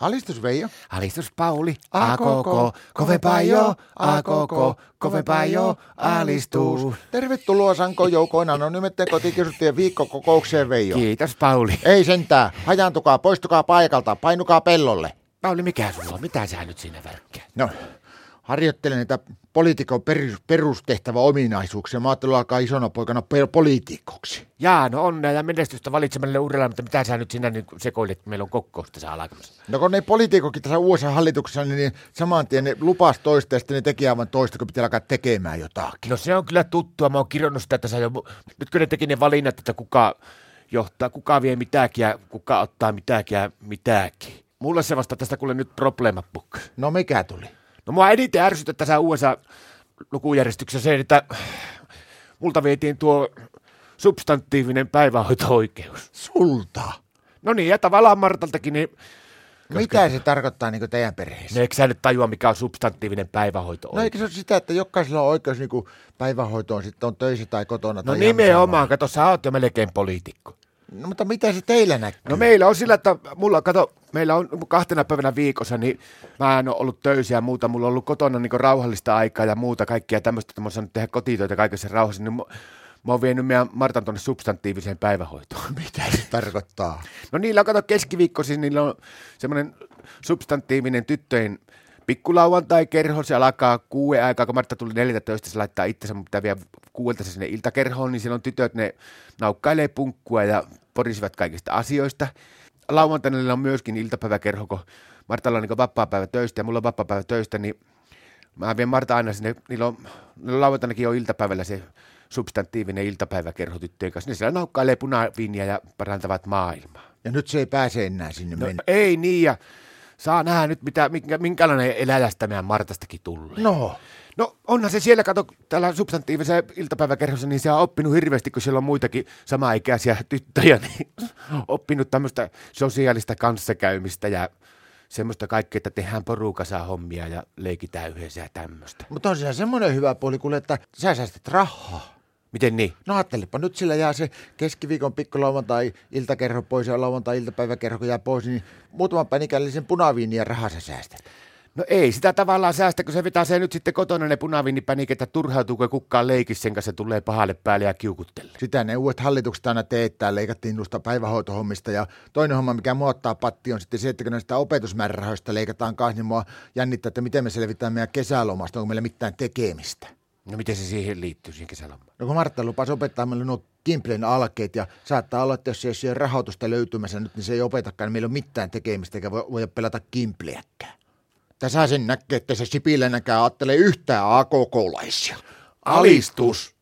Alistus Veijo. Alistus Pauli, A koko, kovempaa jo, a koko, kovempaa jo, alistus. Tervetuloa Sanko Joukoin anonyymetten kotikirjoittajien viikkokokoukseen Veijo. Kiitos Pauli. Ei sentään, hajantukaa, poistukaa paikalta, painukaa pellolle. Pauli, mikä sulla on? Mitä sä nyt siinä värkkää? No, harjoittelen näitä poliitikon perus, perustehtävä ominaisuuksia. Mä ajattelin alkaa isona poikana pe- poliitikoksi. Jaa, no onnea ja menestystä valitsemalle uralla, mutta mitä sä nyt siinä nyt sekoilet, kun meillä on kokous tässä alkamassa? No kun ne poliitikokin tässä uudessa hallituksessa, niin saman tien ne lupas toista ja sitten ne teki aivan toista, kun pitää alkaa tekemään jotakin. No se on kyllä tuttua, mä oon kirjannut sitä tässä jo. Nyt kun ne teki ne valinnat, että kuka johtaa, kuka vie mitäkin ja kuka ottaa mitäkin ja mitäkin. Mulla se vasta tästä kuule nyt probleema pukkaa. No mikä tuli? No mua eniten ärsyttää tässä USA lukujärjestyksessä se, että multa vietiin tuo substantiivinen päivähoito-oikeus. Sulta. No niin, ja tavallaan Martaltakin, niin Mitä se tarkoittaa niin teidän perheessä? no eikö sä nyt tajua, mikä on substantiivinen päivähoito No eikö se ole sitä, että jokaisella on oikeus niin päivähoitoon, sitten on töissä tai kotona? No tai ihan nimenomaan, kato, sä oot jo melkein poliitikko. missä vaan? No, mutta mitä se teillä näkyy? No meillä on sillä, että mulla, kato, meillä on kahtena päivänä viikossa, niin mä en ole ollut töissä ja muuta. Mulla on ollut kotona niin rauhallista aikaa ja muuta kaikkea tämmöistä, että mä oon saanut tehdä kotitöitä kaikessa rauhassa. Niin mä, mä oon vienyt meidän Martan tuonne substantiiviseen päivähoitoon. Mitä se tarkoittaa? No niillä on, kato keskiviikko, siis niillä on semmoinen substantiivinen tyttöjen pikkulauantai-kerho. Se alkaa kuuden aikaa, kun Martta tuli 14, se laittaa itsensä, mutta pitää vielä kuuelta se sinne iltakerhoon, niin siellä on tytöt, ne naukkailee punkkua ja porisivat kaikista asioista. Lauantaina niillä on myöskin iltapäiväkerho, kun Martalla on niin vapaa-päivä töistä ja mulla on vapaa-päivä töistä, niin Mä vien Marta aina sinne, niillä on, niillä on lauantainakin on iltapäivällä se substantiivinen iltapäiväkerho tyttöjen kanssa. Ne siellä naukkailee punaviiniä ja parantavat maailmaa. Ja nyt se ei pääse enää sinne no, No, mennä. ei niin, ja saa nähdä nyt, mitä, minkä, minkälainen eläjästä meidän Martastakin tulee. No, No onhan se siellä, kato, täällä substantiivisessa iltapäiväkerhossa, niin se on oppinut hirveästi, kun siellä on muitakin samaikäisiä tyttöjä, niin oppinut tämmöistä sosiaalista kanssakäymistä ja semmoista kaikkea, että tehdään porukassa hommia ja leikitään yhdessä ja tämmöistä. mutta on siellä semmoinen hyvä puoli, kuule, että sä säästät rahaa. Miten niin? No ajattelepa, nyt sillä jää se keskiviikon pikkulauantai iltakerho pois ja lauantai iltapäiväkerho kun jää pois, niin muutaman pänikällisen punaviiniä rahaa sä säästät. No ei sitä tavallaan säästä, kun se vetää se nyt sitten kotona ne punaviinipänik, että turhautuu, kun kukaan leikis sen kanssa tulee pahalle päälle ja kiukuttelee. Sitä ne uudet hallitukset aina teettää, leikattiin noista päivähoitohommista ja toinen homma, mikä muottaa patti on sitten se, että kun näistä opetusmäärärahoista leikataan kanssa, niin mua jännittää, että miten me selvitään meidän kesälomasta, onko meillä mitään tekemistä. No miten se siihen liittyy, siihen kesälomaan? No kun Martta lupasi opettaa meille nuo Kimplen alkeet ja saattaa olla, että jos ei ole siihen rahoitusta löytymässä nyt, niin se ei opetakaan, niin meillä ei ole mitään tekemistä eikä voi, voi pelata Kimpleäkään. Tässä sen näkee, että se Sipilänäkään ajattelee yhtään AKK-laisia. Alistus!